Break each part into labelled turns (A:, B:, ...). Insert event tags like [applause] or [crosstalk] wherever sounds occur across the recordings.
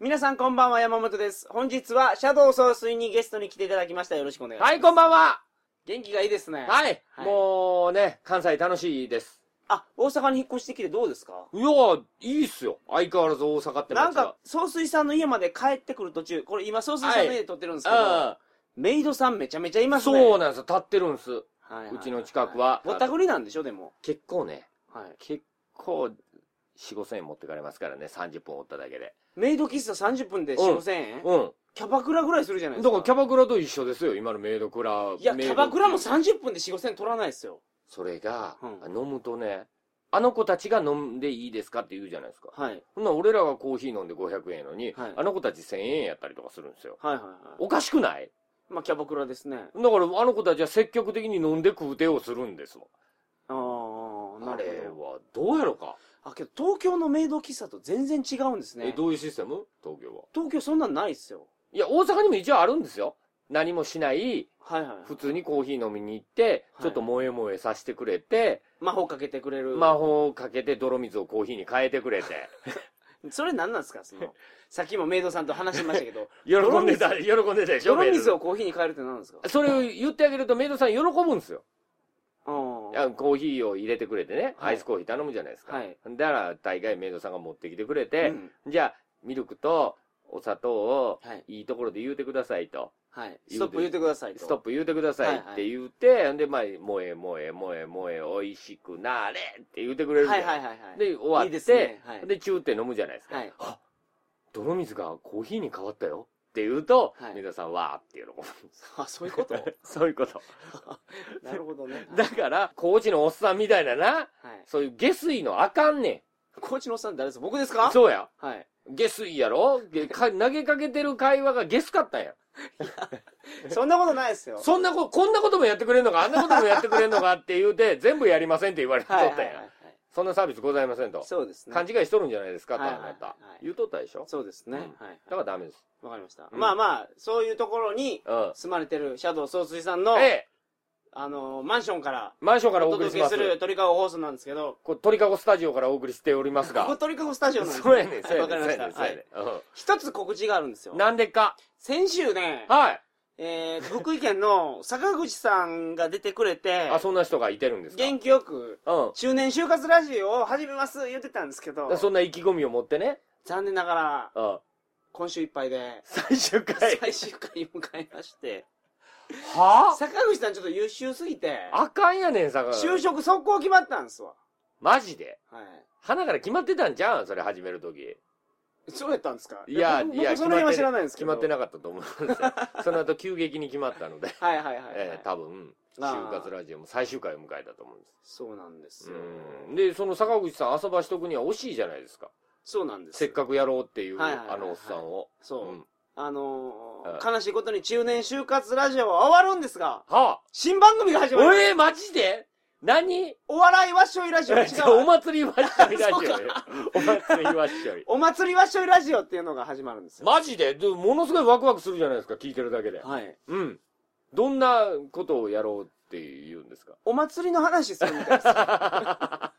A: 皆さんこんばんは、山本です。本日は、シャドウ総帥にゲストに来ていただきました。よろしくお願いします。
B: はい、こんばんは。
A: 元気がいいですね。
B: はい、
A: はい
B: もうね、関西楽しいです。
A: あ、大阪に引っ越してきてどうですか
B: いやー、いいっすよ。相変わらず大阪って街が。
A: なんか、総帥さんの家まで帰ってくる途中、これ今、総帥さんの家で撮ってるんですけど、
B: あ
A: メイドさんめちゃめちゃい
B: あ、
A: ますね。
B: そうなんですよ。立ってるんです。
A: はいはいう
B: ちの近くは
A: ぼったくりなんでしょ、でも。
B: 結構ね、
A: はい。
B: 結構、4、5千円持ってかれますからね、30分おっただけで。
A: メイド喫茶30分で
B: う
A: 4、
B: ん
A: 5000円、
B: うん。
A: キャバクラぐらいするじゃないで
B: だ
A: す
B: か
A: か。
B: らキャバクラと一緒ですよ、今のメイドクラ。
A: いや、キ
B: メイド
A: ャバクラも30分で4、5000円取らないですよ。
B: それが、
A: う
B: 飲むとね、あの子たちが飲んでいいですかって言うじゃないですか。
A: はい。
B: ほんなら俺らがコーヒー飲んで500円やのに、
A: はい
B: あの子たち1000円やったりとかするんですよ。
A: はいはいはい。
B: おかしくない
A: まあ、キャバクラですね。
B: だからあの子たちは積極的に飲んで食うてをするんですわ
A: ああ、な
B: あれ
A: るほど。
B: はどうやろか、
A: あ、けど東京のメイド喫茶と全然違うんですね。
B: えどういうシステム東京は
A: 東京そんなんないっすよ。
B: いや大阪にも一応あるんですよ何もしない
A: はいはいはい。
B: 普通にコーヒー飲みに行って、
A: はい
B: ちょっと萌え萌えさせてくれて、
A: 魔法かけてくれる。
B: 魔法をかけて泥水をコーヒーに変えてくれて
A: それ何なんですかその、さっきもメイドさんと話しました
B: [laughs]
A: けど、
B: [laughs] 喜んでた喜んでたでしょ
A: 泥水
B: メイ
A: をコーヒーに変えるって何なんですか
B: ドそれを言ってあげるとメイドさん喜ぶんですよ
A: あ
B: い
A: ー
B: やコーヒーを入れてくれてね、
A: はい
B: アイスコーヒー頼むじゃないですか、
A: はい
B: だから大概メイドさんが持ってきてくれ
A: う
B: て、
A: ん
B: じゃあミルクとお砂糖を
A: はい。
B: [laughs] いいところで言うてくださいと。
A: はい。ストップ言ってくださいと。
B: ストップ言うてくださいって言って、んで、まあ、萌え萌え萌え萌え、美味しくなれって言うてくれるじゃ
A: は
B: ん
A: いはいはいはい。
B: で、終わって、
A: いいですね。はい。
B: で、チューって飲むじゃないですか。
A: はい
B: あ泥水がコーヒーに変わったよって言うと、
A: はい
B: 皆さん、わーって喜ぶ。
A: あ、そういうこと
B: [laughs] そういうこと。
A: なるほどね。
B: だから、コーチのおっさんみたいなな、
A: はい。
B: そういう下水のあかんね
A: コーチのおっさん誰です僕です
B: ん
A: か。
B: そうや。
A: はい。
B: 下水やろげか投げかけてる会話が下水かったんや。
A: そんなことないですよ。
B: そんなこ、こんなこともやってくれんのか、あんなこともやってくれんのかって言うて、 [laughs] 全部やりませんって言われとった
A: はい
B: やん。
A: はいはいはい。
B: そんなサービスございませんと。
A: そうですね。
B: 勘違いしとるんじゃないですかと、
A: は
B: あ
A: いはいはい
B: なた。
A: はい
B: 言うとったでしょ
A: そうですね。
B: う
A: は
B: ん
A: い。
B: だからダメです。
A: わかりました。
B: うん
A: まあまあ、そういうところに
B: うん。
A: 住まれてるシャドウ総帥さんの、
B: ええ、
A: あのーマンションから
B: マンションからお
A: お
B: 送りし
A: 届け
B: ますす。
A: る鳥かご放送なんですけど、
B: これ鳥かごスタジオからお送りしております
A: ここ
B: が。
A: 鳥かごスタジオなんです
B: そうやねん、
A: は
B: そ
A: い
B: うや
A: わか
B: ね
A: り
B: ん、
A: ま
B: そう
A: した。
B: やねん、そう
A: はい
B: やねん。う
A: 一つ告知があるんですよ
B: ん。なんでか。
A: 先週ね、
B: はい。
A: えー、福井県の坂口さんが出てくれて、
B: あ、そんな人がいてるんですか
A: 元気よく、
B: う
A: 中年就活ラジオを始めます言ってたんですけど
B: ん。、そんな意気込みを持ってね。
A: 残念ながら、
B: うん。
A: 今週いっぱいで、
B: 最終回。
A: 最終回を迎えまして、
B: はぁ
A: 坂口さんちょっと優秀すぎて、
B: あかんやねん、さが。
A: 就職速攻決まったんですわ。
B: マジで。
A: はい。
B: 花から決まってたんじゃうんそれ始めるとき。
A: そうやったんですか
B: いや、
A: 僕
B: いや、
A: 僕その辺は知らないんですけ
B: 決
A: ど。
B: まってなかったと思うんで
A: [laughs]
B: すよ。その後急激に決まったので、
A: はいはいはい、はい
B: えー、多分、
A: あー
B: 就活ラジオも最終回を迎えたと思うんです。
A: そうなんですよ。
B: うんで、その坂口さん遊ばしとくには惜しいじゃないですか。
A: そうなんです。
B: せっかくやろうっていう、
A: はいはいはいはい
B: あのおっさんを。
A: そう。
B: うん
A: あのー
B: は
A: 悲しいことに中年就活ラジオは終わるんですが、
B: は
A: 新番組が
B: あ、
A: 始まる。
B: おえー、マジで何
A: お笑いわっしょいラジオ違
B: お
A: うわ。
B: 祭りわっしょいラジオよ
A: そうか。
B: お祭りわっしょい。
A: お祭りわっしょいラジオっていうのが始まるんですよ。
B: マジででもものすごいワクワクするじゃないですか、聞いてるだけで。
A: はい。
B: うん。どんなことをやろうって言うんですか
A: お祭りの話するみたい
B: [laughs]
A: です。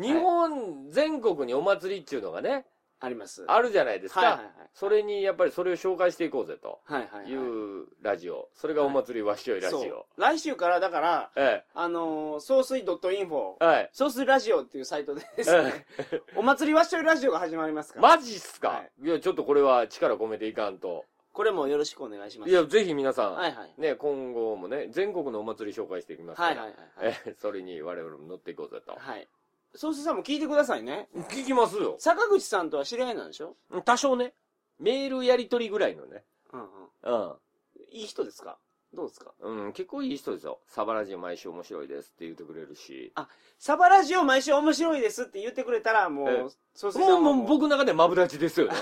B: 日本全国にお祭りっていうのがね、
A: あります。
B: あるじゃないですか。
A: はいはいはい。
B: それにやっぱりそれを紹介していこうぜと
A: はいはい、はい。
B: いうラジオ。それがお祭りわっしょいラジ
A: そう
B: オ。。
A: 来週からだから、
B: え
A: あのー、総水 .info
B: え、はい。
A: ソースラジオっていうサイトでですね
B: え、
A: [laughs] お祭りわっしょいラジオが始まりますから、
B: マジっすか、、
A: はい
B: や、ちょっとこれは力込めていかんと。
A: これもよろしくお願いしま
B: い
A: す。
B: や、ぜひ皆さん、
A: はいはい。
B: ね、今後もね、全国のお祭り紹介していきますから。
A: はいはいはいはい。
B: ええそれに我々も乗っていこうぜと。
A: はい。ソースさんも聞いてくださいね。
B: 聞きますよ。
A: 坂口さんとは知り合いなんでしょ
B: 多少ね、メールやり取りぐらいのね。
A: うんうん。
B: うん。
A: いい人ですかどうですか
B: うん、結構いい人ですよ。サバラジオ毎週面白いですって言ってくれるし。
A: サバラジオ毎週面白いですって言ってくれたら、も
B: ええ
A: う、ソースさん
B: も
A: は
B: う、
A: も
B: もう僕の中でマブダチですよ [laughs] ね。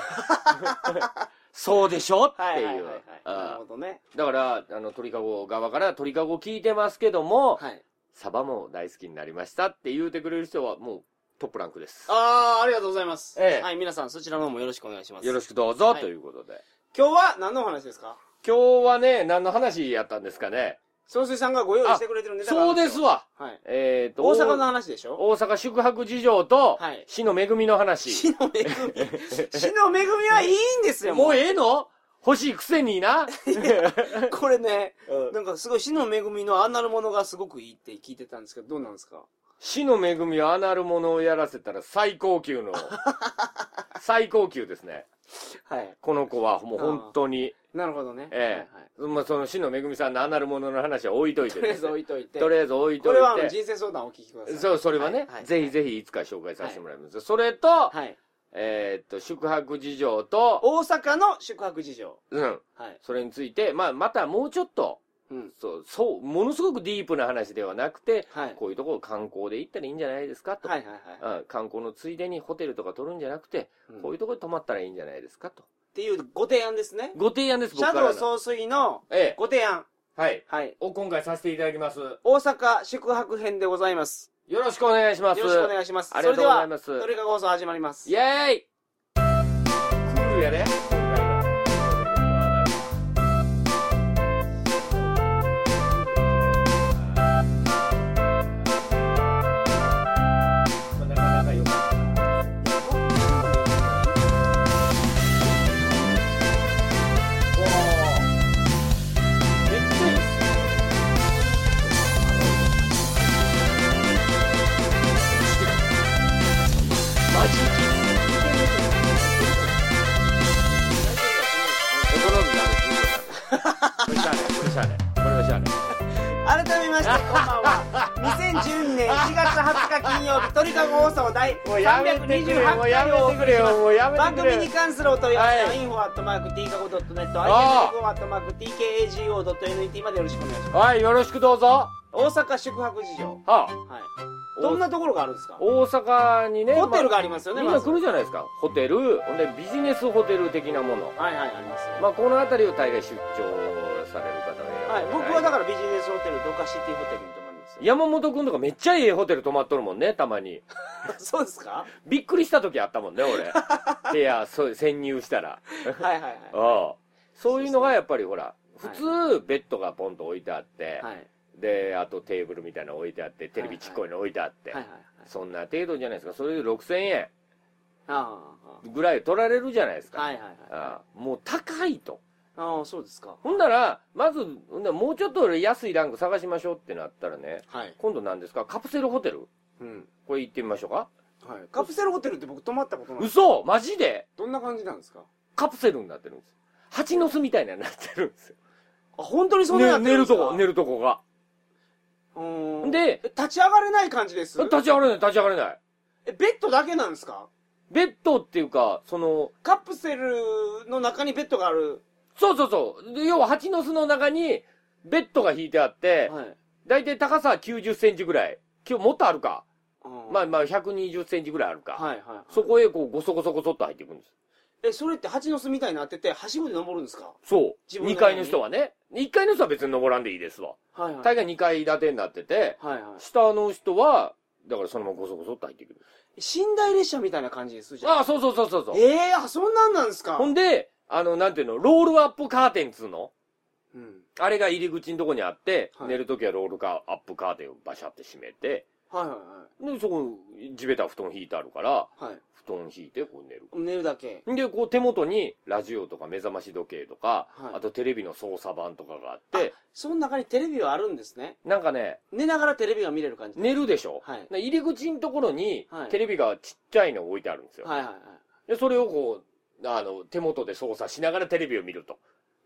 B: そうでしょって
A: はいはいは
B: い
A: い
B: う
A: はい。。なる
B: あ
A: ほどね。
B: だから、あの、鳥かご側から鳥かご聞いてますけども、
A: はい。
B: サバも大好きになりましたって言ってくれる人はもうトップランクです。
A: あー、ありがとうございます。
B: ええ
A: はい、皆さんそちらの方もよろしくお願いします。
B: よろしくどうぞ、
A: はい
B: ということで。
A: 今日は何のお話ですか
B: 今日はね、何の話やったんですかね。
A: 総帥さんがご用意してくれてるネタがあ
B: そ
A: る
B: うん
A: で
B: ですす
A: よ。
B: わ。
A: はい。
B: えっ、と、
A: 大阪の話でしょ
B: 大阪宿泊事情と、
A: はい
B: 市の恵みの話。
A: 死の恵み。 [laughs] 死の恵みはいいんですよ、
B: も
A: も
B: う
A: う。
B: ええの欲しいくせにな。
A: これね、
B: うん
A: なんかすごい死の恵みのあんなるものがすごくいいって聞いてたんですけど、どうなんですか
B: 死の恵みをあなるものをやらせたら最高
A: [laughs]
B: 級の、最高級ですね。
A: はい。
B: この子はもう本当に、
A: なるほどね。
B: ええ
A: [laughs]
B: まあ、その死の恵みさんのあなるものの話は置いとい
A: と
B: て
A: りあ
B: で
A: え
B: す
A: ず置
B: ね、
A: いといて。
B: [laughs] とりあえず置いと
A: これはあの
B: いて。
A: 人生相談をお聞きください。
B: そう、それはね、
A: はい
B: ぜひぜひいつか紹介させてもらいます。それと、
A: はい。
B: えーっと、宿泊事情と、
A: 大阪の宿泊事情。
B: うん、
A: はい。
B: それについて、まあ、またもうちょっと、
A: うん。
B: そう、そう、ものすごくディープな話ではなくて、
A: はい。
B: こういうところ観光で行ったらいいんじゃないですかと。
A: はいはいはい。
B: うん観光のついでにホテルとか取るんじゃなくて、
A: うん
B: こういうところに泊まったらいいんじゃないですかと。
A: っていうご提案ですね。
B: ご提案で
A: シ
B: す、僕
A: ャ
B: か
A: ド
B: ら
A: ウ
B: の。
A: 総帥の
B: ええ。
A: ご提案。
B: はい。
A: はい。
B: を今回させていただきます。よ
A: 大阪宿泊編でございます。
B: ろしくお願いし
A: よ
B: ま
A: ろ
B: す。
A: しくお願いします。
B: ありがとうございます
A: それでは、トリカ放送始まります。
B: イェーイクールやね。今回はまあなかなか良かったおーめっちゃいいっすよマジこれしゃあねこれしゃあねこれはしゃあね
A: 改めまして、こんばん
B: 아,
A: は。
B: [laughs]
A: 2012年4月20日金曜日、トリカゴ放送第
B: もうやめてくれよもう
A: 328
B: や
A: 回をお
B: め
A: 送
B: てく
A: り
B: れ
A: し
B: よ
A: ます。
B: もうやめ
A: 番
B: てくれ
A: 組に関するお問い合わせは、
B: はい
A: info.tkago.net、
B: あ
A: info.tkago.net までよろしくお願いします。
B: はいよろしくどうぞは
A: 大阪宿泊事情。
B: あ
A: はい。どんなところがあるんですか
B: 大阪にね
A: ホテルがあり
B: ま
A: ます
B: あ
A: よね、
B: みん
A: ま
B: な
A: ず
B: 来るじゃないですかホテルほんでビジネスホテル的なもの
A: はいはい、あります。
B: まあこの辺りを大概出張される方が
A: はいい、
B: らっしゃる
A: 僕はだからビジネスホテル、ドカシティホテルに泊まりますよ。
B: 山本君とかめっちゃいいホテル泊まっとるもんねたまに
A: [laughs] そうです
B: [laughs]
A: か
B: びっくりした時あったもんね [laughs] 俺部屋そう潜入したら
A: はいはいはい。
B: ああそういうのがやっぱりほら普
A: そうです
B: 通ベッドがポンと置いてあって、
A: はい。
B: であとテーブルみたいなの置いてあってテレビちっこいの置いてあって、
A: はいはいはい。
B: そんな程度じゃないですかそれで6000円
A: あ
B: ぐらい取られるじゃないです
A: あ。
B: か、
A: はいはいはい。
B: ああもう高いと
A: ああ、そうですか。
B: ほんならまずほんならもうちょっと安いランク探しましょうってなったらね
A: はい。
B: 今度何ですかカプセルホテル
A: うん。
B: これ行ってみましょうか
A: はい。カプセルホテルって僕泊まったことない。
B: 嘘マジで
A: どんな感じなんですか
B: カプセルになってるんです蜂の巣みたいなのになってるんですよ、
A: あ、本当にそんな
B: ね
A: や
B: 寝るとこ寝
A: る。
B: るとこが
A: うーん。
B: で
A: え立ち上がれない感じです
B: 立ち上がれない立ち上がれない
A: え、ベッドだけなんですか
B: ベッドっていうかその
A: カプセルの中にベッドがある。
B: そうそうそうで要は蜂の巣の中にベッドが引いてあって、
A: はい。
B: 大体高さは90センチぐらい今日もっとあるか、まあ
A: うん
B: まあ120センチぐらいあるか、
A: はいはいはい。
B: そこへこうゴソゴソゴソっと入っていくんです
A: え、それって蜂の巣みたいになってて、はしごで登るんですか
B: そう
A: 自分の
B: 2階の人はね1階の人は別に登らんでいいですわ
A: はいはい。
B: 大概2階建てになってて
A: はいはい。
B: 下の人はだからそのままゴソゴソっと入ってくる
A: 寝台列車みたいな感じですじゃあ。
B: ああそうそうそうそうそう
A: ええあ、そんなんなんですか
B: ほんで、あの、なんていうの、ロールアップカーテンっつうの
A: うん。
B: あれが入り口のとこにあって、
A: はい
B: 寝るときはロールカーアップカーテンをバシャって閉めて、
A: はいはい
B: で、そこ、地べた布団引いてあるから、
A: はい。はい。
B: 布団引いてこう寝る。
A: 寝るだけ。
B: んで、こう手元にラジオとか目覚まし時計とか、
A: はい
B: あとテレビの操作盤とかがあって、
A: その中にテレビはあるんですね。
B: なんかね、
A: 寝ながらテレビが見れる感じ。
B: 寝るでしょ、
A: はい
B: で入り口のところに
A: はい
B: テレビがちっちゃいのを置いてあるんですよ。
A: はいはいはい。
B: で、それをこう、あの、手元で操作しながらテレビを見ると。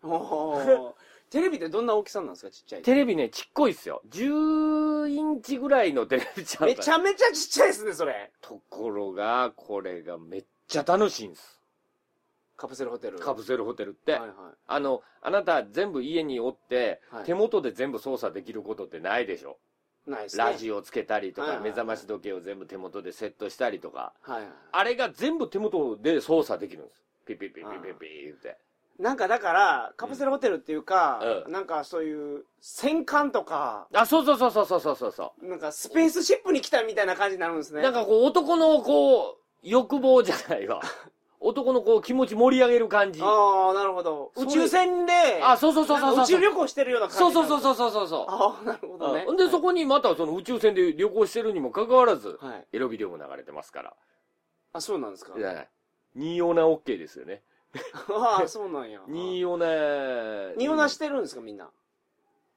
A: おー [laughs] テレビってどんな大きさなんですかちっちゃい。
B: テレビね、ちっこいっすよ。10インチぐらいのテレビちゃう
A: め
B: か
A: ち
B: ら
A: ゃめちゃちっちゃいですね、それ。
B: ところが、これがめっちゃ楽しいんです。
A: カプセルホテル。
B: カ
A: プ
B: プセルホテルって。
A: はいはい。
B: あの、あなた全部家におって、
A: はい
B: 手元で全部操作できることってないでしょ。
A: ないですね。
B: ラジオつけたりとか、
A: はいはいはい
B: 目覚まし時計を全部手元でセットしたりとか。
A: はいはい。
B: あれが全部手元で操作できるんです。ピピピピピピって。
A: なんかだから、カプセルホテルっていうか、
B: うん
A: なんかそういう、戦艦とか、
B: あ、そうそうそうそうそうそうそうそ
A: なんかスペースシップに来たみたいな感じになるんです
B: う。
A: ね。
B: [laughs] なんかこう、男のこう、欲望じゃないわ。男の子を気持ち盛り上げる感じ。あ、
A: ああ、なるほど。
B: それ
A: 宇宙船で、
B: そうそうそうそう
A: なん
B: そ
A: か
B: う。
A: 宇宙旅行してるような感じ。
B: そうそうそう
A: う。
B: そうそうそうそう。
A: ああ、なるほどね。
B: うんで、そこにまたその宇宙船で旅行してるにもかかわらず、
A: はい。
B: エロビデオも流れてますから。
A: あ、そうなんですか。
B: じゃない。ニーオナ OK ですよね。
A: [laughs] ああ、そうなんや。
B: ニーオナ
A: 匂なしてるんですか、みんな。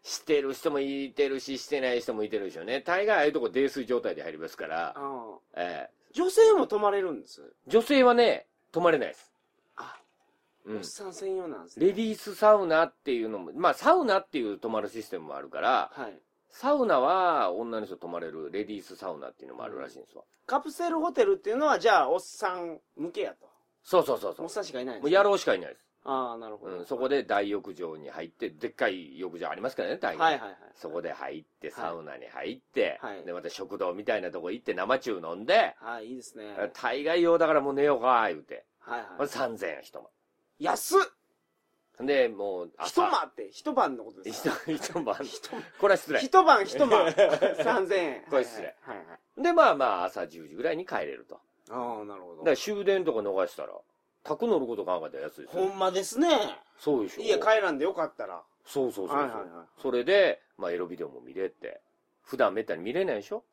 B: してる人もいてるし、してない人もいてるでしょうね。大概ああいうとこ泥酔状態で入りますから、
A: あ
B: え
A: ー女性も泊まれるんです。
B: え女性はね、泊まれないです。
A: あ、
B: う
A: お
B: ん
A: っ。さん専用なんですね。
B: レディースサウナっていうのも、まあサウナっていう泊まるシステムもあるから、
A: はい。
B: サウナは女の人泊まれるレディースサウナっていうのもあるらしいんですわ。
A: カプセルホテルっていうのは、じゃあ、おっさん向けやと。
B: そうそうそうそ
A: おっ
B: う。
A: さんしかいないん
B: も
A: で
B: う
A: すね
B: 野郎しかいないです。
A: ああ、なるほ
B: う
A: ど。
B: ん、そこで大浴場に入って、でっかい浴場ありますからね、大
A: はい
B: 概。
A: はいはい。
B: そこで入って、サウナに入って、
A: はい
B: で、また食堂みたいなとこ行って生中飲んで、
A: はい、いいですね。
B: 大概用だからもう寝ようか、言うて。
A: はい
B: ま
A: は
B: あ、3000円一
A: い。安っ
B: 晩。で、もう、
A: 一晩って、一晩のことです
B: 一
A: か
B: 晩、一晩。
A: 一晩
B: これは失礼。
A: 一晩一
B: [laughs]
A: 晩3000円。
B: これ失礼
A: はいはいはいはい。
B: で、まあまあ、朝10時ぐらいに帰れると。
A: ああ、なる
B: だ
A: ほ
B: か
A: ど
B: ら。終電とか逃したら、宅乗ること考えたら安いです
A: ほ
B: よ。
A: んまですね。
B: そうでしょ。
A: 家帰らんでよかったら。
B: そうそうそうそう、
A: はいはいはい
B: それで、まあ、エロビデオも見れて。普段めったに見れないでしょ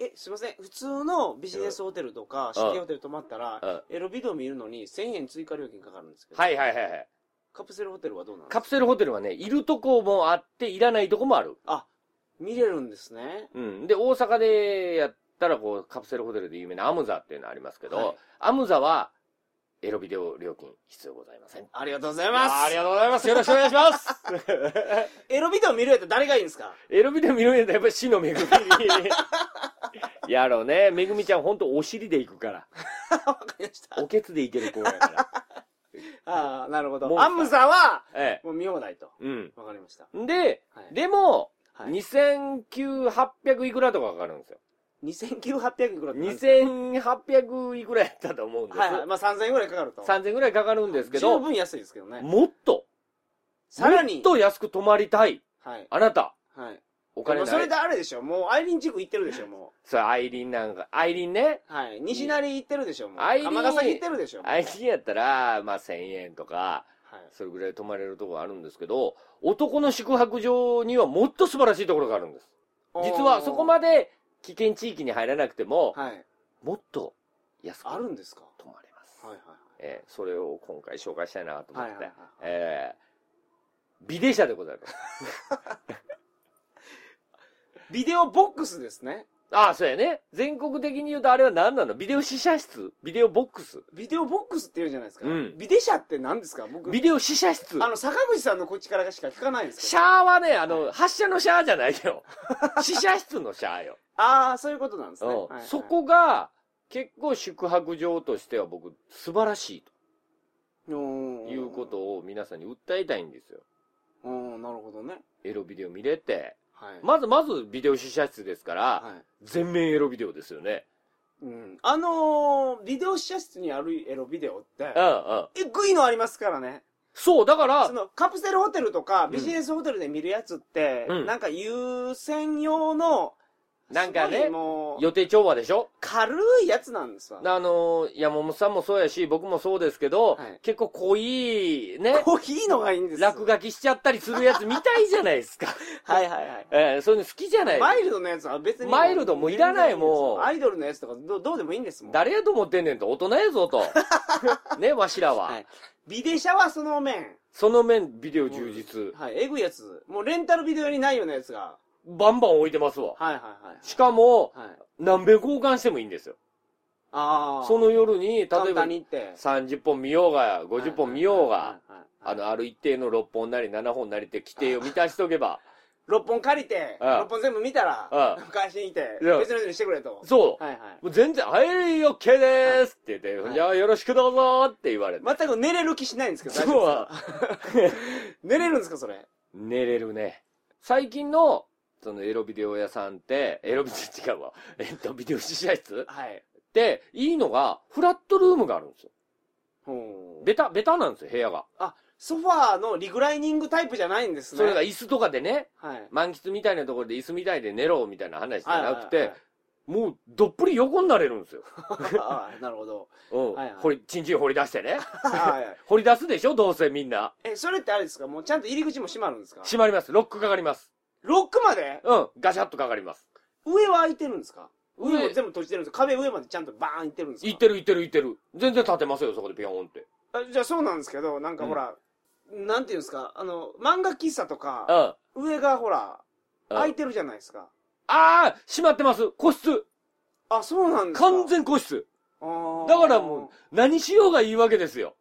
A: え、すいません。普通のビジネスホテルとか、シティホテル泊まった
B: う
A: ら、
B: ん。
A: エロビデオ見るのに1000円追加料金かかるんですけど、
B: はいはいはいはい。
A: カプセルホテルはどうなんです
B: カ
A: か
B: プセルホテルはね、いるとこもあって、いらないとこもある。
A: あ、見れるんですね。
B: うん。で、大阪でやったら、こう、カプセルホテルで有名なアムザっていうのありますけど、
A: はい
B: アムザは、エロビデオ料金必要ございません。
A: ありがとうございま
B: ああり
A: す。
B: がとうございます。よろしくお願いします。
A: エロビデオ見るやったら誰がいいんですか
B: [laughs] エロビデオ見るんやったらやっぱり死のめぐみ。やろうね。めぐみちゃんほんとお尻で行くから。
A: わかりました。
B: おけつで行ける子や [laughs] から。
A: ああ、なるほ
B: モン
A: ど。
B: スター
A: アムザは、
B: え
A: もう見放題と。
B: え。うん
A: わかりました。。
B: で、
A: はい、
B: でも、
A: はい、
B: 2900いくらとかかかるんですよ。
A: 2900いくらってなんですか
B: 2800いくらやったと思うんです。
A: はい、はい。まあ3000円ぐらいかかると。
B: 3000ぐらいかかるんですけ
A: 十
B: ど、
A: 分安いですけどね。
B: もっと、
A: さらに
B: もっ、と安く泊まりたい。
A: はい。
B: あなた、
A: はい。
B: お
A: で
B: 金
A: も
B: ない。
A: それであれでしょ。もう、アイリン地区行ってるでしょ、も
B: そう、アイリンなんか、アイリンね。
A: う。はい。西成行ってるでしょ、もう。
B: アイリン
A: 鎌ヶ崎行ってるでしょ、もう。
B: アイリンやったら、まあ1000円とか、
A: はい
B: それぐらい泊まれるとこあるんですけど、男の宿泊場にはもっと素晴らしいところがあるんです。実はそこま
A: で。
B: で危険地域に入らなくても、
A: はい。
B: もっと安く
A: あ
B: 泊
A: るんですか
B: まれます。
A: はいはい
B: えーそれを今回紹介したいなと思
A: は
B: っ
A: い。
B: て。
A: はいはいはい。
B: えービデ社でございます。
A: ビデオボックスですね。
B: ああ、そうやね。全国的に言うとあれは何なのビデオ試写室ビデオボックス
A: ビデオボックスって言うじゃないですか。
B: うん
A: ビデ社って何ですか僕、
B: ビデオ試写室
A: あの、坂口さんのこっちからしか聞かないんです
B: シ
A: けど。
B: ャーはね、あの、発射のシャーじゃない
A: [laughs]
B: よ。試写室のシャーよ。
A: ああ、そういうことなんです
B: うん
A: ね。はいはい
B: そ。こが、結構宿泊場としては僕、素晴らしいと
A: い
B: いうことを皆さんに訴えたいんですよ。
A: うん、なるほどね。
B: エロビデオ見れて。
A: はい。
B: まずまずビデオ試写室ですから、
A: はい。
B: 全面エロビデオですよね。
A: うん。あのー、ビデオ試写室にあるエロビデオって
B: う、んうん。
A: えぐいのありますからね。
B: そう、だから
A: そ、の、カプセルホテルとかビジネスホテルで見るやつって、
B: うん
A: なんか優先用の、
B: なんか
A: すご
B: ね
A: い、もう、
B: 予定調和でしょ
A: 軽いやつなんですわ。
B: あのー山本さんもそうやし、僕もそうですけど、
A: はい
B: 結構濃い、ね、
A: コーヒーのがいいんですよ。
B: 落書きしちゃったりするやつ見たいじゃない
A: [laughs]
B: ですか。
A: はいはいはい。
B: えー、そういうの好きじゃない
A: マイルドのやつは別に。
B: マイルドもういらないもう
A: アイドルのやつとかどうどうでもいいんですもん。
B: 誰やと思ってんねんと、大人
A: [laughs]
B: やぞと。ね、わしらは。
A: はいビデシャはその面。
B: その面、ビデオ充実、
A: はい、えぐいやつ。もうレンタルビデオにないようなやつが。
B: バンバン置いてます
A: は
B: わ。
A: いはいはい。
B: しかも、
A: はい。
B: 何べ交換してもいいんですよ。
A: ああ。
B: その夜に、例えば
A: 簡単にって。
B: 30本見ようが、50本見よ
A: は
B: うが、
A: いはいはいはい。
B: あの、ある一定の6本なり7本なりって規定を満たしとけば、
A: 6本借りて、
B: ああ
A: 6本全部見たら
B: あ、
A: 返しに行って、
B: いや
A: 別の人にしてくれと。
B: そう。
A: はいはい。
B: もう全然、はい、OK でーすって言っ
A: は
B: て、
A: い
B: じゃあよろしくどうぞーって言われて。
A: 全く寝れる気しないんですけど、大
B: そう
A: 丈
B: は
A: 夫ですか [laughs] 寝れるんですか、それ。
B: 寝れるね。最近の、そのエロビデオ屋さんって、エロビデオ違うわ。えっと、ビデオ試写室
A: はい。
B: って、いいのが、フラットルームがあるんですよ。
A: ほう
B: ベタ、ベタなんですよ、部屋が。
A: あ、ソファーのリクライニングタイプじゃないんですね。
B: それが椅子とかでね、
A: はい。
B: 満喫みたいなところで椅子みたいで寝ろみたいな話じゃなくて、もうどっぷり横になれるんですよ。
A: ああなるほど
B: うん。
A: はいはい
B: 掘り、チンチン掘り出してね。
A: はいはい
B: 掘り出すでしょどうせみんな。
A: えそれってあれですかもうちゃんと入り口も閉まるんですか
B: 閉まります。ロックかかります。
A: ロックまで
B: うん。ガシャッとかかります。
A: 上は開いてるんですか
B: 上
A: 上も全部閉じてるんですか壁上までちゃんとバーンいってるんですか
B: いってるいってるいってる。全然立てますよ、そこでピョーンって。
A: あじゃあそうなんですけどなんかほら、なんていうんですかあの漫画喫茶と
B: う
A: か
B: ん。
A: 上がほら
B: うん
A: 開いてるじゃないですか
B: あー閉まってます個室
A: あそうなんですか
B: 完全個室
A: あー
B: だからもう、何しようがいいわけですよ。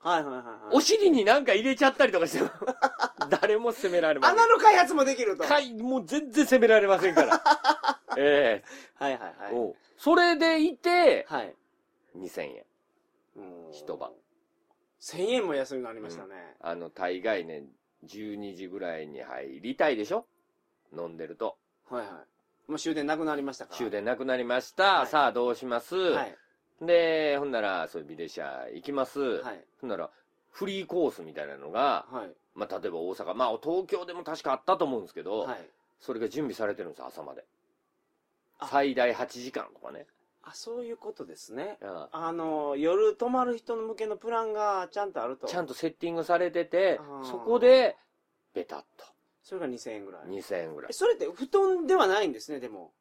A: はいはいはいはい
B: お尻になんか入れちゃったりとかしても、
A: [laughs]
B: 誰も責められません。
A: 穴の開発もできると
B: かい、もう全然責められませ
A: [laughs]
B: んから。え
A: はいはい
B: え
A: はい
B: おうそれでいて、
A: はい
B: 2000円。
A: うん
B: 一晩
A: 1000円も安いのありましたね、
B: あの、大概ね、12時ぐらいに入りたいでしょ飲んでると。
A: はいはいもう終電なくなりましたから
B: 終電なくなりました。
A: はい
B: さあどうします、
A: はい
B: で、ほんなら、そういうビデシャ行きます。
A: はい
B: ほんなら、フリーコースみたいなのが、
A: はい
B: まあ、例えば大阪、まあ、東京でも確かあったと思うんですけど、
A: はい
B: それが準備されてるんですよ、朝まで
A: あ。
B: 最大8時間とかね。
A: あそういうことですね
B: うん
A: あの夜泊まる人向けのプランがちゃんとあると
B: ちゃんとセッティングされてて
A: あ、ー
B: そこで、ベタッと。
A: それが2000円ぐらい
B: 2000円ぐらい
A: え。それって布団ではないんですねでも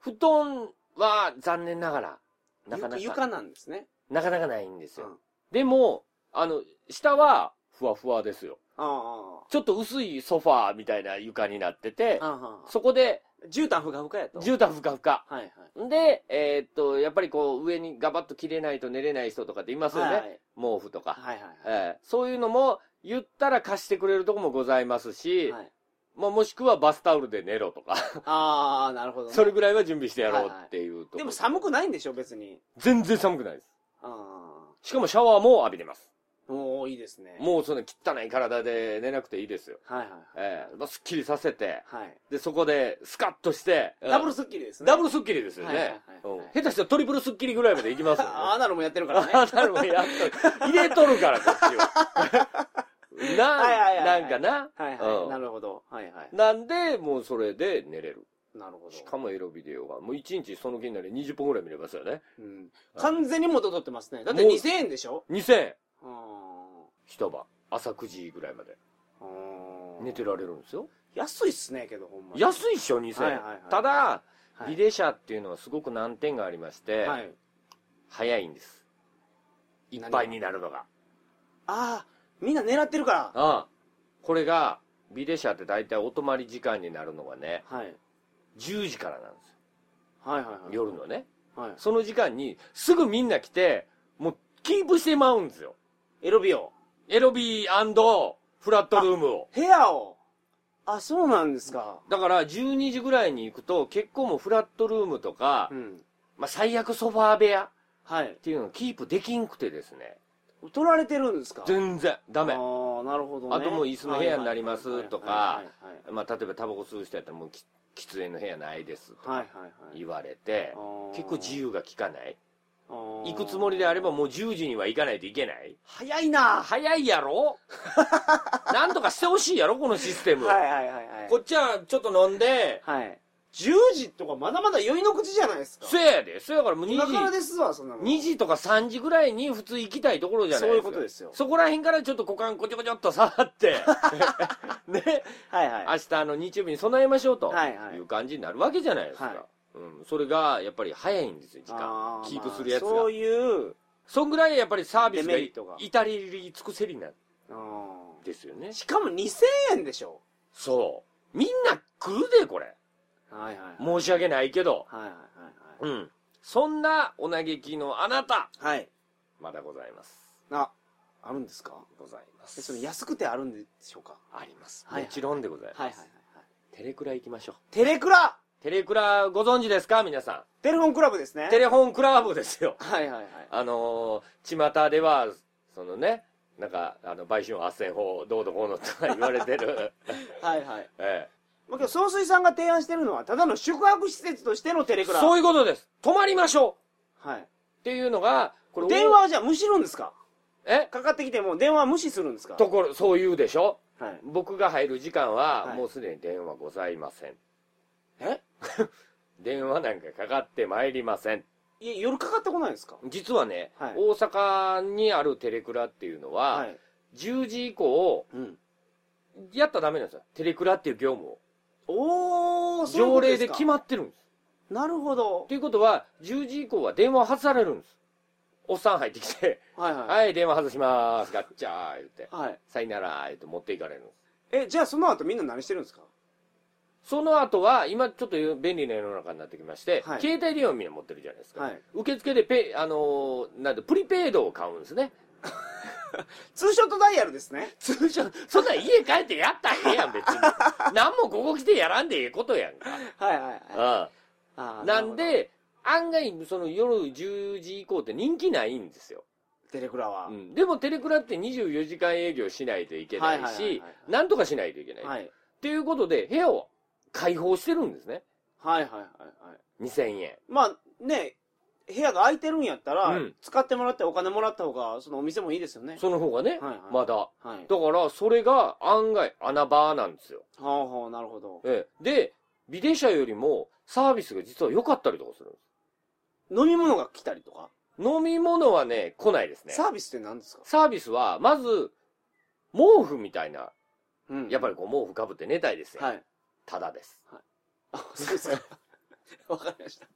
B: 布団は残念ながら、なかな
A: ゆ
B: か、
A: 床なんですね
B: なかなかないんです
A: うん
B: よ。でも、あの、下は、ふわふわですよ。
A: ああ
B: ちょっと薄いソファーみたいな床になってて
A: ああ、ああ
B: そこで、
A: 絨毯ふかふかやと
B: 絨毯ふかふか。
A: はいはい
B: で、えーっと、やっぱりこう、上にガバッと切れないと寝れない人とかっていますよね。
A: はいはい
B: 毛布とか。
A: はいはい
B: えーそういうのも、言ったら貸してくれるとこもございますし、
A: はい
B: まあ、もしくはバスタオルで寝ろとか、
A: ああなるほどね
B: それぐらいは準備してやろうっていうとこ
A: でも寒くないんでしょ別に
B: 全然寒くないです。
A: あ
B: しかもシャワーも浴びてます。
A: あもういいですね
B: もうその汚い体で寝なくていいですよ。
A: はいはいはい
B: えーまあ、すっきりさせて、
A: はい
B: で、そこでスカッとして、うん
A: ダブルスッキリですね
B: ダブルスッキリですよ
A: はいはい
B: ね。
A: は
B: う
A: い
B: ん
A: はい
B: 下手したらトリプルスッキリぐらいまでい
A: [laughs]
B: きますよ、ね。
A: ああなるもやってる
B: [laughs]
A: からね
B: あなるほど、やっと入れとるから、こっちは。
A: はいはいはい
B: [laughs]
A: は
B: な、
A: い
B: なんかな。
A: はいは
B: う
A: い
B: ん
A: なるほどはいはい
B: なんで、もうそれで寝れる。
A: なるほど
B: しかもエロビデオが、もう1日その気になり20本ぐらい見れますよね。
A: うん完全に元取ってますねだって
B: もう
A: 2000円でしょ
B: 2000円、
A: うん
B: 一晩、朝9時ぐらいまで
A: うん
B: 寝てられるんですよ。
A: 安いっすねけどほんまに
B: 安いっしょ、2000円。
A: はいはいはい
B: ただ、
A: はい
B: ビデシャっていうのはすごく難点がありまして、
A: はい
B: 早いんです。いっぱいになるのが。
A: ああみんな狙ってるから
B: ああこれが、ビデシャって大体お泊まり時間になるのがね、
A: はい
B: 10時からなんですよ。
A: はいはいはい
B: 夜のね。
A: はい
B: その時間に、すぐみんな来て、もう、キープしてまうんですよ。
A: エロビオ
B: エロビーフラットルームを。
A: 部屋をあそうなんですか
B: だから、12時ぐらいに行くと、結構もうフラットルームとか、
A: うん
B: まあ、最悪ソファー部屋っ
A: はい
B: ていうのをキープできんくてですね。
A: 取られてるんですか
B: 全然、ダメ
A: あ。あなるほどね
B: あともう椅子の部屋になりますとか
A: はい
B: まあ、例えばタバコ吸う人やったらもうき、喫煙の部屋ないです。
A: はいはいはいはい
B: 言われて、結構自由が利かない。行くつもりであれば
A: う
B: もう10時には行かないといけない。
A: 早いなは
B: 早いやろ [laughs] なんとかしてほしいやろこのシステ
A: い
B: ム。
A: はいはいはい
B: こっちはちょっと飲んで、
A: はい10時とかまだまだ酔いの口じゃないですか
B: せやで、せやからもう
A: 今から
B: 2時、
A: ですわそんなの
B: 2時とか3時ぐらいに普通行きたいところじゃない
A: そう
B: ですか。
A: いうことですよ
B: そこら辺からちょっと股間こちょこちょっと触
A: [laughs]
B: って、ね、
A: はいはい
B: 明日の日曜日に備えましょうと
A: はいはい
B: いう感じになるわけじゃないですか。
A: はい
B: うん、それがやっぱり早いんですよ、時
A: あ
B: 間。
A: ー
B: キープするやつが。
A: まあそういう
B: そんぐらいやっぱりサービス
A: デメリット
B: が
A: が
B: 至れり尽くせりなん
A: うん
B: ですよね。
A: しかも2000円でしょ
B: そう。みんな来るで、これ。
A: はいはいはい
B: 申し訳ないけど。
A: はいはいは
B: うん。そんなお嘆きのあなた。
A: いはいはい
B: まだございます。
A: ああるんですか
B: ございま
A: え
B: す。
A: その安くてあるんでしょうか
B: あります。
A: はい
B: もちろんでございます。
A: はいはいはいはい
B: テレクラ行きましょう。
A: テレクラ
B: テレクラご存知ですか皆さ
A: テレフォンクラブですね
B: ん。テレフォンクラブですよ。
A: はいはいはい
B: あのー、巷では、そのね、なんか、あの、売春斡旋法、どうのこうのとか言われ
A: [laughs]
B: てる。
A: はいはい
B: え
A: まあけど総帥さんが提案してるのはただの宿泊施設としてのテ
B: え。
A: レクラ
B: そういうことです。泊まりましょ
A: はいう
B: っていうのが、これ、
A: 電話はじゃあ無視するんですか
B: え
A: かかってきても電話は無視するんですか
B: ところ、そう言うでしょ
A: はい
B: 僕が入る時間は、
A: はい
B: もうすでに電話ございません。
A: え
B: [laughs] 電話なんかかかってまいりません
A: い夜かかってこないんですか
B: 実はね、
A: はい
B: 大阪にあるテレクラっていうのは、
A: はい。
B: 10時以降
A: うん。
B: やったらダメなんですよテレクラっていう業務を
A: おー、そういう
B: 条
A: こと
B: 例
A: です
B: で
A: か
B: 決まってるんです
A: なるほど
B: と。いうことは10時以降は電話を外されるんですおっさん入ってきて
A: はい
B: 「
A: は
B: はい電話外しますガッチャー」言って
A: い。はい。
B: 「さよなら」言って持っていかれるんです
A: え、じゃあその後みんな何してるんですか
B: その後は今ちょっと便利な世の中になってきまして、
A: はい
B: 携帯電話をみんな持ってるじゃないですか、
A: はい
B: 受付でペイ、あのーなんてプリペイドを買うんですね
A: ツーショットダイヤルですね。
B: 通常そんなん家帰ってやったらええやん別に何もここ来てやらんでええことやんか、
A: はいはいはい。
B: う
A: あー
B: ん、なん、で案外その夜10時以降って人気ないんですよ、
A: テレクラは
B: う。ん、でもテレクラって24時間営業しないといけ
A: は
B: ない
A: いはいはい
B: し
A: はい
B: なんとかしないといけない、
A: はい。
B: っていうことで部屋を開放してるんですね
A: はいはいはいはい。
B: 2000円
A: まあね、部屋が空いてるんやったら、
B: うん
A: 使ってもらってお金もらった方が、そのお店もいいですよね。
B: その方がね、
A: はいはい
B: まだ
A: はい。
B: だからそれが案外穴場なんですよ、
A: はあはあ、なるほど。
B: ええ、でビデ社よりもサービスが実は良かったりとかするんです
A: 飲み物が来たりとか、
B: 飲み物はね来ないですね
A: サービスって何ですか
B: サービスはまず毛布みたいな
A: うん
B: やっぱ
A: り。
B: りこう毛布かぶって寝たいですよ、
A: はい。
B: ただです
A: あ、そうですか。わかりました。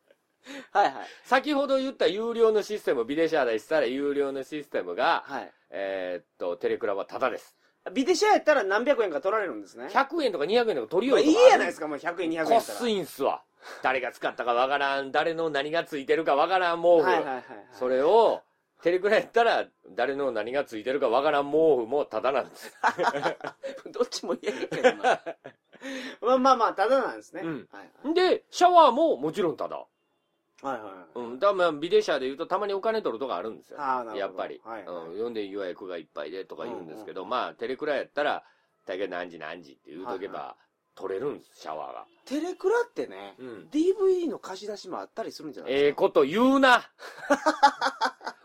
A: はいはい。
B: 先ほど言った有料のシステムビデシャーでしたら有料のシステムが、
A: はい。
B: えーっとテレクラはただです
A: ビデシャやったら何百円か取られるんですね。
B: 100円とか200円とか取り
A: ま
B: よ
A: あ
B: う
A: い
B: と
A: い
B: か
A: やないですか、もう100円、200円
B: こ
A: や
B: っ
A: ったら。
B: すいんすわ誰が使ったかわからん誰の何がついてるかわからん毛布、
A: はいはいはいはい。
B: それをテレクラやったら誰の何がついてるかわからん毛布もただなんです
A: どっちも言えるけどな。 [laughs] まあまあまあ、ただなんですね。
B: うん
A: はい
B: でシャワーももちろんただ
A: はい。はいはいはい。
B: うんだからまあビデシャで言うとたまにお金取るとかあるんですよ
A: ああ、なるほど。
B: やっぱり、
A: はいはい。
B: うん、読んで予約がいっぱいでとか言うんですけど、まあテレクラやったら大概何時何時って言うとけば、
A: はい
B: 取れるんですシャワーが、
A: テレクラってね、DVD の貸し出しもあったりするんじゃない
B: ええ
A: ですか。
B: こと言うな [laughs]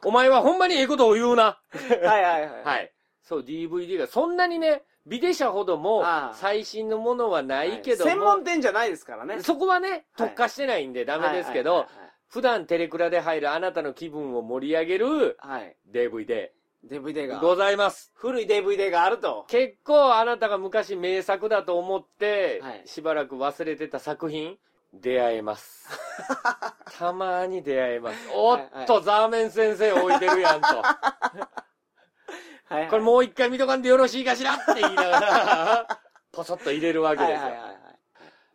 B: お前はほんまにええことを言うな
A: はいはいはい。
B: はい。そう、DVD が、そんなにね、ビデ社ほども
A: ああ、
B: 最新のものはな
A: はい
B: いけども、
A: 専門店じゃないですからね。
B: そこはね、
A: はい
B: 特化してないんでダメですけ
A: はい
B: ど、普段テレクラで入るあなたの気分を盛り上げ
A: は
B: る
A: いはいはい。はい。
B: DVD
A: DVD が。
B: ございます。
A: 古い DVD があると。
B: 結構あなたが昔名作だと思って、
A: はい
B: しばらく忘れてた作品、出会
A: [laughs]
B: えます。たまに出会えます。おっと、
A: は
B: ザーメン先生置いてるや
A: [laughs]
B: んと。
A: はいはい。
B: これもう一回見とかんでよろしいかしらって言いなが
A: [laughs]
B: ら、ポソッと入れるわけで
A: はい
B: すよ。
A: はいはいはい。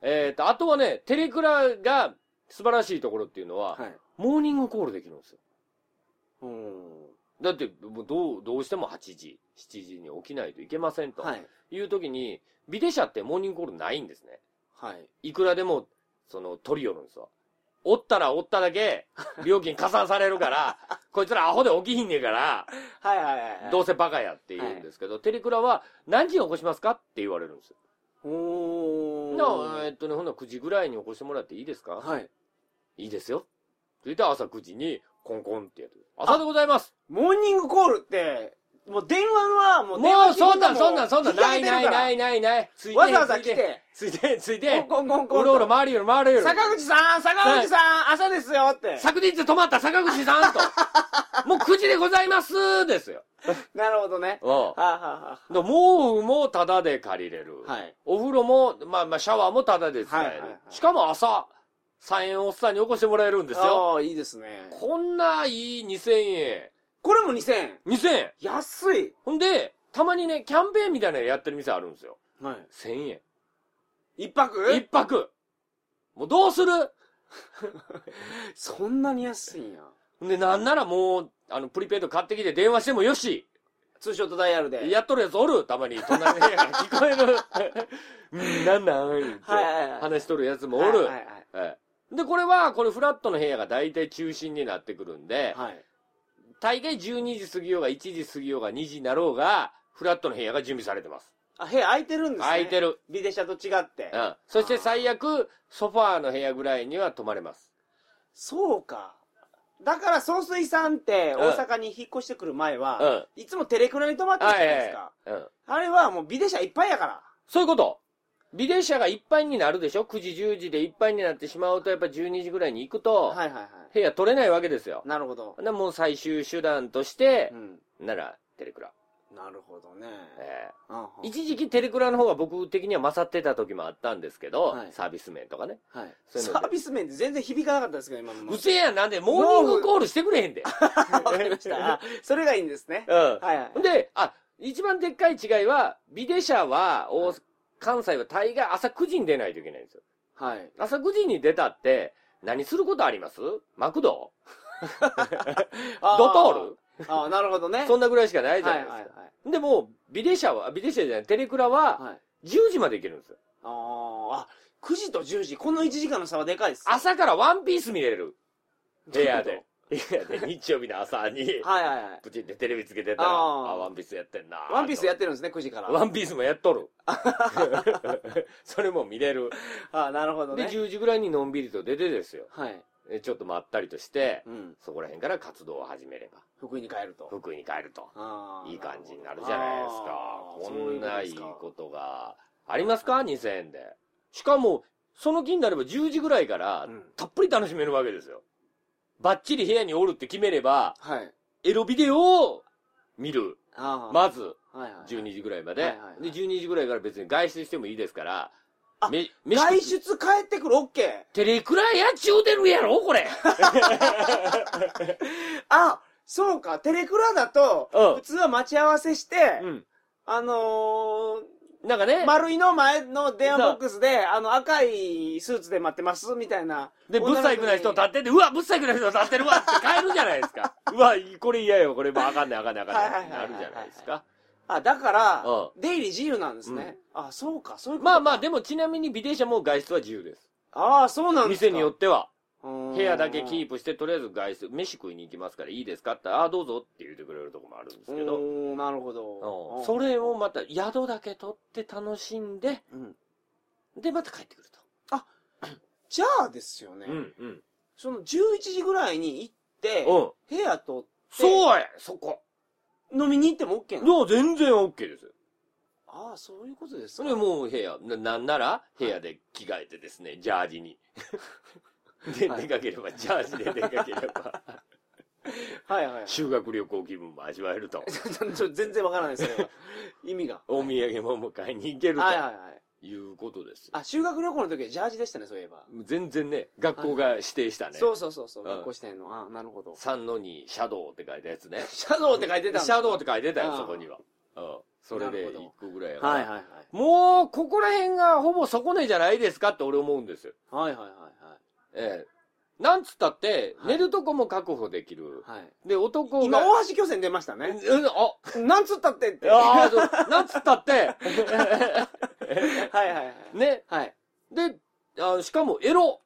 B: えっ、と、あとはね、テレクラが素晴らしいところっていうのは、
A: はい。
B: モーニングコールできるんですよ。
A: うーん。
B: だって、もうどう、どうしても8時、7時に起きないといけませんと
A: はい。
B: いう時に、ビデ社ってモーニングコールないんですね。
A: はい。
B: いくらでも、その、取り寄るんですわ。おったらおっただけ、料金加算されるから、こいつらアホで起きひんねんから、
A: はいはいはいはい。
B: どうせバカやって言うんですけど、テレクラは何時に起こしますかって言われるんですよ。
A: おー。
B: なえっとね、ほんなら9時ぐらいに起こしてもらっていいですか
A: はい。
B: いいですよ。それで朝9時にコンコンってやってる。朝でございます。
A: モーニングコールって、もう電話はも
B: も
A: う電話
B: うそんなんそんなんそんなん
A: 聞き
B: な
A: 上
B: い
A: げてる
B: な
A: か
B: い
A: ら
B: ないないない。ついて
A: わざわざ来て。
B: ついてつい
A: コン
B: て。
A: コンコンコンと。
B: うろうろ回るよ回るよ。
A: 坂口さん坂口さん朝ですよって。
B: 昨日止まった坂口さ
A: [laughs]
B: んと。もう9時でございますですよ。
A: なるほどね。
B: うん。
A: はあ、は
B: で毛布もタダで借りれる。
A: あはあ、はい。
B: お風呂も、まあまあシャワーもタダで使える。
A: はいはいはい
B: しかも朝、3円おっさんに起こしてもらえるんですよ。
A: ああ、いいですね。
B: こんないい2000円。
A: これも2000円。
B: 2000円。
A: 安い。
B: ほんで、たまにね、キャンペーンみたいなのやってる店あるんですよ。
A: は
B: 1000円。
A: い。一泊
B: 一泊もうどうする
A: そんなに安いんや。
B: ほんで、なんならもう、あの、プリペイド買ってきて電話してもよし、
A: ツーショットダイヤルで。
B: やっとるやつおるたまに、隣の部屋から聞こえる。 [laughs] うんなんなん言って
A: はいはいはい
B: 話しとるやつも
A: はい
B: おる。
A: はいはい
B: はいで、これは、これフラットの部屋が大体中心になってくるんで、
A: はい。
B: 大概12時過ぎようが1時過ぎようが2時になろうが、フラットの部屋が準備されてます。
A: あ、部屋空いてるんですね。
B: 空いて
A: る。
B: る。
A: ビデシャと違って。
B: うん。そして最悪、ソファーの部屋ぐらいには泊まれます。
A: そうか。だから、総水さんって、
B: ん
A: 大阪に引っ越してくる前
B: う
A: は、
B: ん。
A: いつもテレクラに泊まってるじゃないですか。
B: うん。
A: あれはもうビデシャいっぱいやから。
B: そういうこと。ビレ車がいっぱいになるでしょ ?9 時、10時でいっぱいになってしまうと、やっぱ12時ぐらいに行くと、
A: はいはいは
B: 部屋取れないわけですよ
A: い。。なるほど。
B: でもう最終手段として
A: う、ん。
B: なら、テレクラ。
A: なるほどね。
B: え
A: うんうん
B: ー一時期テレクラの方が僕的には勝ってた時もあったんですけど、
A: はい
B: サービス面とかね。
A: はい。
B: そういうの
A: サ
B: で
A: ービス面で全然響かなかったですけど、今のも
B: うせえやん、なんで、モーニングコールしてくれへんで。
A: わかりました。あそれがいいんですね。
B: うん。
A: はいはい。
B: で、あ、一番でっかい違いは、ビデ社は、大
A: はい
B: 関西は大概朝9時に出ないといけないんですよ。
A: はい。
B: 朝9時に出たって、何することありますマクド
A: あ
B: ドト
A: ああ、なるほどね。
B: ールそんなぐらいしかないじゃ
A: は
B: ない
A: い
B: ですか。
A: はいはい。
B: でも、ビデ社は、ビデ社じゃない、テレクラは、
A: はい。
B: 10時まで行けるんですよ。
A: あーあ、9時と10時、この1時間の差はでかいです。
B: 朝からワンピース見れる。
A: ど
B: 部
A: ういうこと
B: 屋で。部屋で、日曜日の朝
A: [laughs]
B: に、
A: はいはいはい。
B: プチってテレビつけてたら、あ
A: あー
B: ワンピースやってんな。
A: ワンピースやってるんですね、9時から。
B: ワンピースもやっとる。 [laughs] それも見れる。
A: ああ、なるほど
B: で、
A: ね。
B: 10時ぐらいにのんびりと出てですよ。
A: はい。
B: えちょっとまったりとして、
A: うん。
B: そこら辺から活動を始めれば、
A: 福井に帰ると。
B: 福井に帰ると、
A: ああ
B: いい感じになるじゃないですか
A: あ。ー
B: こ
A: そうん
B: ないい
A: とですか
B: ことがありますか ?2000 円で。しかも、その気になれば10時ぐらいから
A: うん、
B: たっぷり楽しめるわけですよ。バッチリ部屋におるって決めれば、
A: はい。
B: エロビデオを見る。
A: ああ、
B: まず、
A: はいはい。
B: 12時ぐらいまで。
A: はいはいはい
B: で、12時ぐらいから別に外出してもいいですから、
A: あ
B: め飯食
A: 外出帰ってくる OK!
B: テレクラやちゅうてるやろこれ。
A: あそうか、テレクラだと、
B: うん
A: 普通は待ち合わせして、
B: うん。
A: あの
B: なんかね
A: ー、、丸いの前の電話ボックスで、あの、赤いスーツで待ってます、みたいな。
B: で、ぶっさいくない人立
A: は
B: ってて、うわ、ぶっさいくない人立ってるわって帰るじゃないで
A: [laughs]
B: すか。うわ、これ嫌よ、これもうあかんねんあかんねんあかんねんってなるじゃないですか。
A: あ、だから
B: う、
A: 出入り自由なんですね。あ、そうか、そういうこと
B: まあまあ、
A: で、
B: でもちなみにビデシャも外出は自由です。
A: ああ、そうなんですか。
B: 店によっては。
A: 部
B: 部屋だけキープして、とりあえず外出、飯食いに行きますからいいですかって、ああ、どうぞって言ってくれるとこもあるんですけど。
A: おーなるほ
B: うん
A: ど。
B: それをまた、宿だけ取って楽しんで、
A: うん。
B: で、また帰ってくると。
A: じゃあですよね。
B: うん、うん。
A: その11時ぐらいに行って、
B: うん。
A: 部屋と
B: そうやそこ。
A: 飲みに行っても OK
B: い
A: なの
B: や、全然 OK ですよ。
A: ああ、そういうことです
B: そ
A: か。
B: れもう部屋、な、なんなら部屋で着替えてですね、ジャージ [laughs] に。で、
A: はい
B: 出かければ、ジャージで出かけれ [laughs] ば、
A: はいはいはい。 [laughs]
B: 修学旅行気分も味わえると。
A: ちょ全然わからないです、それは。 [laughs] 意味が。
B: お土産も買いに行ける
A: はいはいはい。
B: ということです。
A: あ、修学旅行の時はジャージでしたね、そういえば。
B: 全然ね、学校が指定したね。
A: そうそうそうそう、
B: うん
A: 学校してんの。あ、なるほど。
B: 三のにシャドウって書いたやつね。
A: シャドウって書いてたんです
B: シャドウって書いてた
A: あ
B: よ、
A: あ
B: そこには。うん。それで
A: なるほ
B: 一
A: ど
B: 個ぐらいやから
A: はいはいはい。
B: もう、ここら辺がほぼ底根じゃないですかって俺思うんですよ。
A: はいはいは
B: ええ。なんつったって、
A: はい
B: 寝るとこも確保できる。
A: いはい。はい。
B: で、男が。
A: 今、大橋巨船出ましたね。
B: うん、あ、
A: なんつったってって。は
B: ああ、なんつっ
A: [laughs]
B: たって。
A: いはいはい。
B: ね。
A: はい。
B: で、あしかもエロ。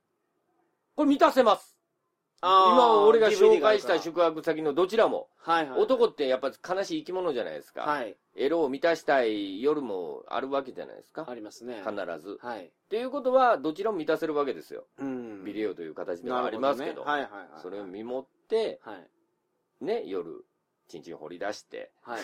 B: これ満たせます。今俺が紹介した
A: 瞬
B: 宿泊先のどちらも。
A: 間。はいはい。
B: 男ってやっぱ悲しい生き物じゃないですか。
A: はい。
B: エロを満たしたい夜もあるわけじゃないですか。
A: ありますね。
B: 必ず。
A: はい。
B: っていうことは、どちらも満たせるわけですよ。
A: うん
B: ビ
A: オ
B: デオという形ではありますけど。
A: はいはいはい。
B: それを見守って、
A: はい。
B: ね、夜、チンチン掘り出して
A: はい。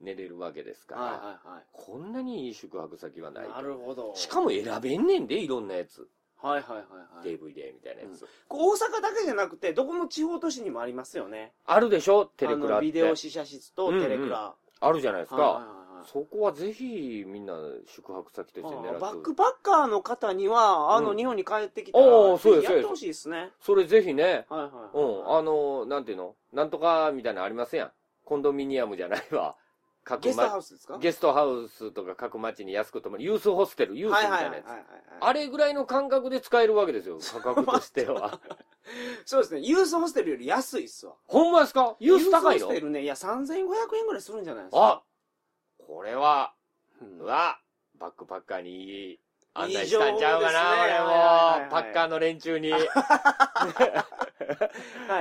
B: 寝れるわけですから。
A: はいは
B: こんなにいい宿泊先はいな
A: はいい。なるほど。
B: しかも選べんねんで、いろんなやつ。
A: も、はいはいはいはい。
B: DVD みたいなやつ。
A: こう大阪だけじゃなくて、どこの地方都市にもありますよね。
B: あるでしょテレク
A: あ
B: ラ
A: の
B: って。
A: ビデオ試写室とテレクラ。
B: あるじゃないです
A: はいはい
B: か。
A: はいはい
B: そこはぜひ、みんな宿泊先として狙っ
A: あ
B: て
A: あバッ
B: く
A: ク
B: る。
A: パッカーの方には、あ
B: う
A: の、
B: ん
A: 日本に帰ってきたら、
B: ああそうです
A: やってほしいですね。
B: それぜひね、
A: はいはいはい。
B: うん、あの、なんていうのなんとかみたいなのありますやん。コンドミニアムじゃないわ。 [laughs] 各
A: ゲストハ
B: ま
A: ウスですか
B: ゲストハウスとか各町に安く泊まる、ユースホステル、ユースみ
A: は
B: た
A: いはいい
B: な
A: はい
B: や
A: はい
B: つ。
A: はい。
B: あれぐらいの感覚で使えるわけですよ、価格としては。 [laughs]
A: そうですね。ユースホステルより安いっすわ。
B: ほんまですかユース高い
A: ユー
B: の
A: ホステルね、いや、3500円ぐらいするんじゃないです
B: あ
A: か。
B: これは、
A: うん
B: うわ、バックパッカーにいい案内
A: いい
B: し
A: 情報
B: たんちゃうかな、
A: ですね
B: 俺も、
A: はいはいはい
B: パッカーの連中に。い
A: は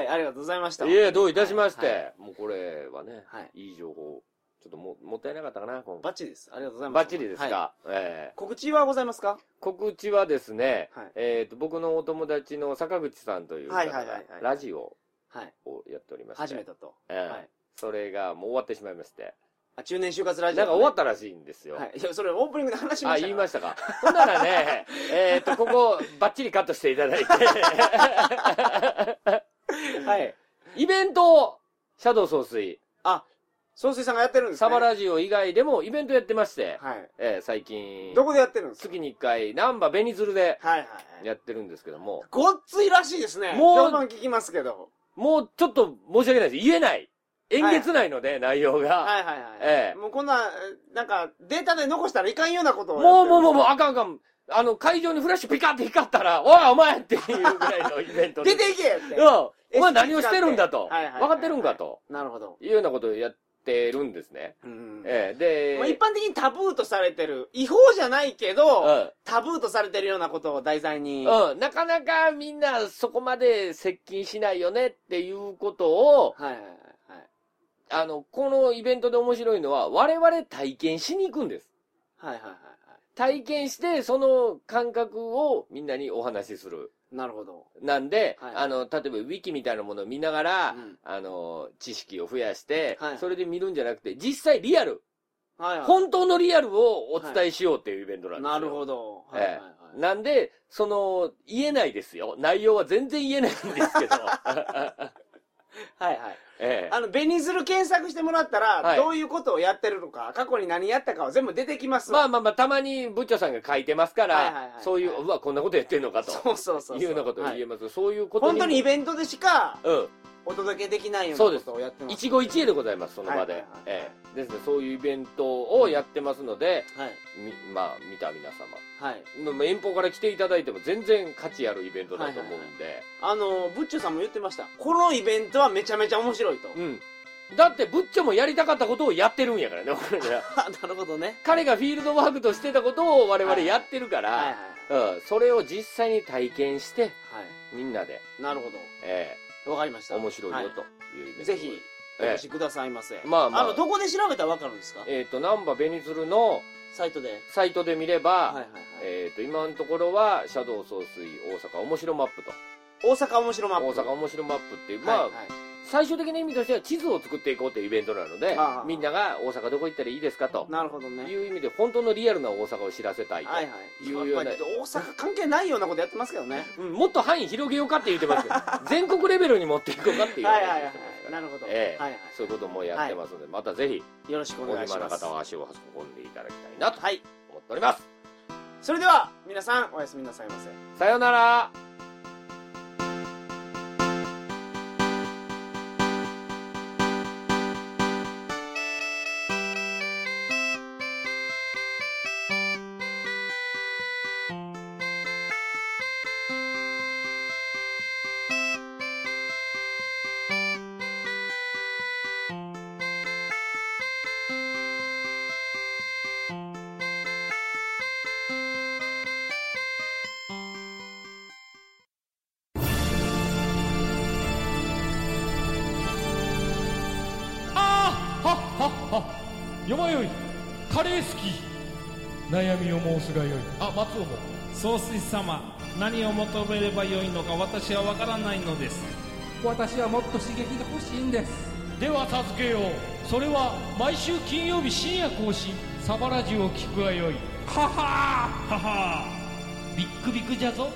A: い、ありがとうございました。
B: え、どういたしまして。
A: はいは
B: もうこれはね、
A: はい。
B: いい情報。ちょっとも、もったいなかったかな、今
A: バ
B: 回。
A: ッチリです。ありがとうございます。
B: バッチリですか。
A: はい
B: ええ
A: 告知はございますか
B: 告知はですね、
A: はい
B: えっ、と、僕のお友達の坂口さんという方
A: はいはいは
B: が
A: いはい
B: ラジオ
A: はい。
B: をやっておりまして、
A: 初めてと。
B: ええ
A: はい
B: それがもう終わってしまいまして、
A: あ中年就活ラジオ、
B: なんか終わったらしいんですよ。
A: はい、いやそれオープニングで話しま
B: あ、
A: した
B: 言いましたたか。ほんならね、
A: [laughs]
B: えーっと、ここ、バッチリカットしていただいて、
A: [laughs] はい
B: イベントを、シャドウ総帥、
A: あ総帥さんがやってるんですね
B: サバラジオ以外でもイベントやってまして、
A: はい
B: えー最近、
A: どこでやってるんですか
B: 月に1回、ナンバベニズルで
A: はいはいはい
B: やってるんですけども、
A: ごっついらしいですね
B: もう
A: 評判聞きますけど
B: もうちょっと申し訳ないです。言えない。えんげつないので、内容が。
A: はいはいはい、
B: ええ
A: もうこんなえなんかデータで残したらいかんようなことを
B: もうもうもうもう、
A: う
B: あかんあかん。あの、会場にフラッシュピカって光ったら、 [laughs] おいお前っていうぐらいのイベントで
A: [laughs] 出ていけって
B: うん。お前何をしてるんだと。
A: はいはいはい
B: 分かってるんかと。
A: なるほど、
B: いうようなことをやってるんですね。
A: うん
B: ええで、
A: まあ、一般的にタブーとされてる違法じゃないけど、タブーとされてるようなことを題材に、
B: うん。うん。なかなかみんなそこまで接近しないよねっていうことを、
A: はいはいはい
B: あの、このイベントで面白いのは、我々体験しに行くんです。
A: はいはいはいは
B: 体験して、その感覚をみんなにお話しする。
A: いなるほど
B: なんで、
A: はい
B: あの、例えばウィキみたいなものを見ながら、
A: うん
B: あの、知識を増やして、
A: はい
B: それで見るんじゃなくて、実際リアル、
A: はいはい
B: 本当のリアルをお伝えしようっていうイベントなんですよ。
A: なるほどはいはい
B: え
A: は
B: えなんで、その、言えないですよ。内容は全然言えないん
A: [laughs]
B: ですけど。
A: いはいはい
B: ええ
A: あのベニズル検索してもらったら、
B: はい
A: どういうことをやってるのか過去に何やったかは全部出てきます
B: ま
A: わ
B: あまあまあ、たまに部長さんが書いてますから、
A: はいはいはい
B: そういう、うわ、こんなことやってんのかと。
A: そうそうそうそう
B: いうようなことを
A: は
B: 言え
A: い
B: ます、そういうこと
A: 本当にイベントでしか
B: うん。
A: お届けできないよう
B: そう
A: な
B: で
A: こ
B: す
A: とをやってます
B: 一期一会でございます、その場で。
A: はいはいはい
B: ええですね、そういうイベントをやってますので、
A: はい
B: みまあ、見た皆様。
A: はい
B: まあまあ遠方から来ていただいても全然価値あるイベントだと思うんで。
A: あのブッチョさんも言ってましたこのイベントはめちゃめちゃ面白いと、
B: うん。だって、ブッチョもやりたかったことをやってるんやからね、 [laughs] 俺ら。
A: あ [laughs] なるほどね
B: 彼がフィールドワークとしてたことを我々やってるから、
A: はいはい
B: うん、それを実際に体験して、
A: は
B: みんなで、
A: いなるほど
B: え
A: わかりまし
B: え
A: た。
B: 面白いよというイベントを、
A: ぜひ、お
B: え
A: 越しくださいませ。
B: まあまあ
A: の、どこで調べたらわかるんですか
B: ええーと、ナンバベニズルの
A: サイトで。
B: サイトで見れば、
A: はいはいはい。
B: えーと、今のところは、シャドウ総帥大阪面白マップと、
A: 大阪面白マップ。
B: 大阪面白マップっていう、ま
A: ま
B: あ、
A: あ、はい
B: 最終的な意味としては地図を作っていこうというイベントなので
A: ああ、
B: みんなが大阪どこ行ったらいいですかと
A: なるほどね。はい
B: いう意味で、本当のリアルな大阪を知らせたいと。
A: はい。
B: いうような
A: やっぱり大阪関係ないようなことやってますけどね。
B: うんもっと範囲広げようかって言ってますけど、全国レベルに持っていこうか [laughs] っていう
A: はい
B: 話
A: は
B: を
A: いはい
B: してます。か
A: な
B: ら。
A: るほど。
B: ええ
A: はいは
B: そういうこともやってますので、またぜひ、
A: い。よろしく
B: お
A: お願いし
B: 暇な
A: ます。
B: 方は
A: は
B: 足を運んでいただきたいなと
A: い。
B: 思っております。
A: それでは、皆さん、おやすみなさいませ。
B: さようなら。
C: あーはっはっはよまよいカレー好き悩みを申すがよいあ松尾も
D: 総帥様何を求めればよいのか私は分からないのです
E: 私はもっと刺激が欲しいんです
C: では授けようそれは毎週金曜日深夜更新サバラジュを聞くがよい
D: ははビックビックじゃぞ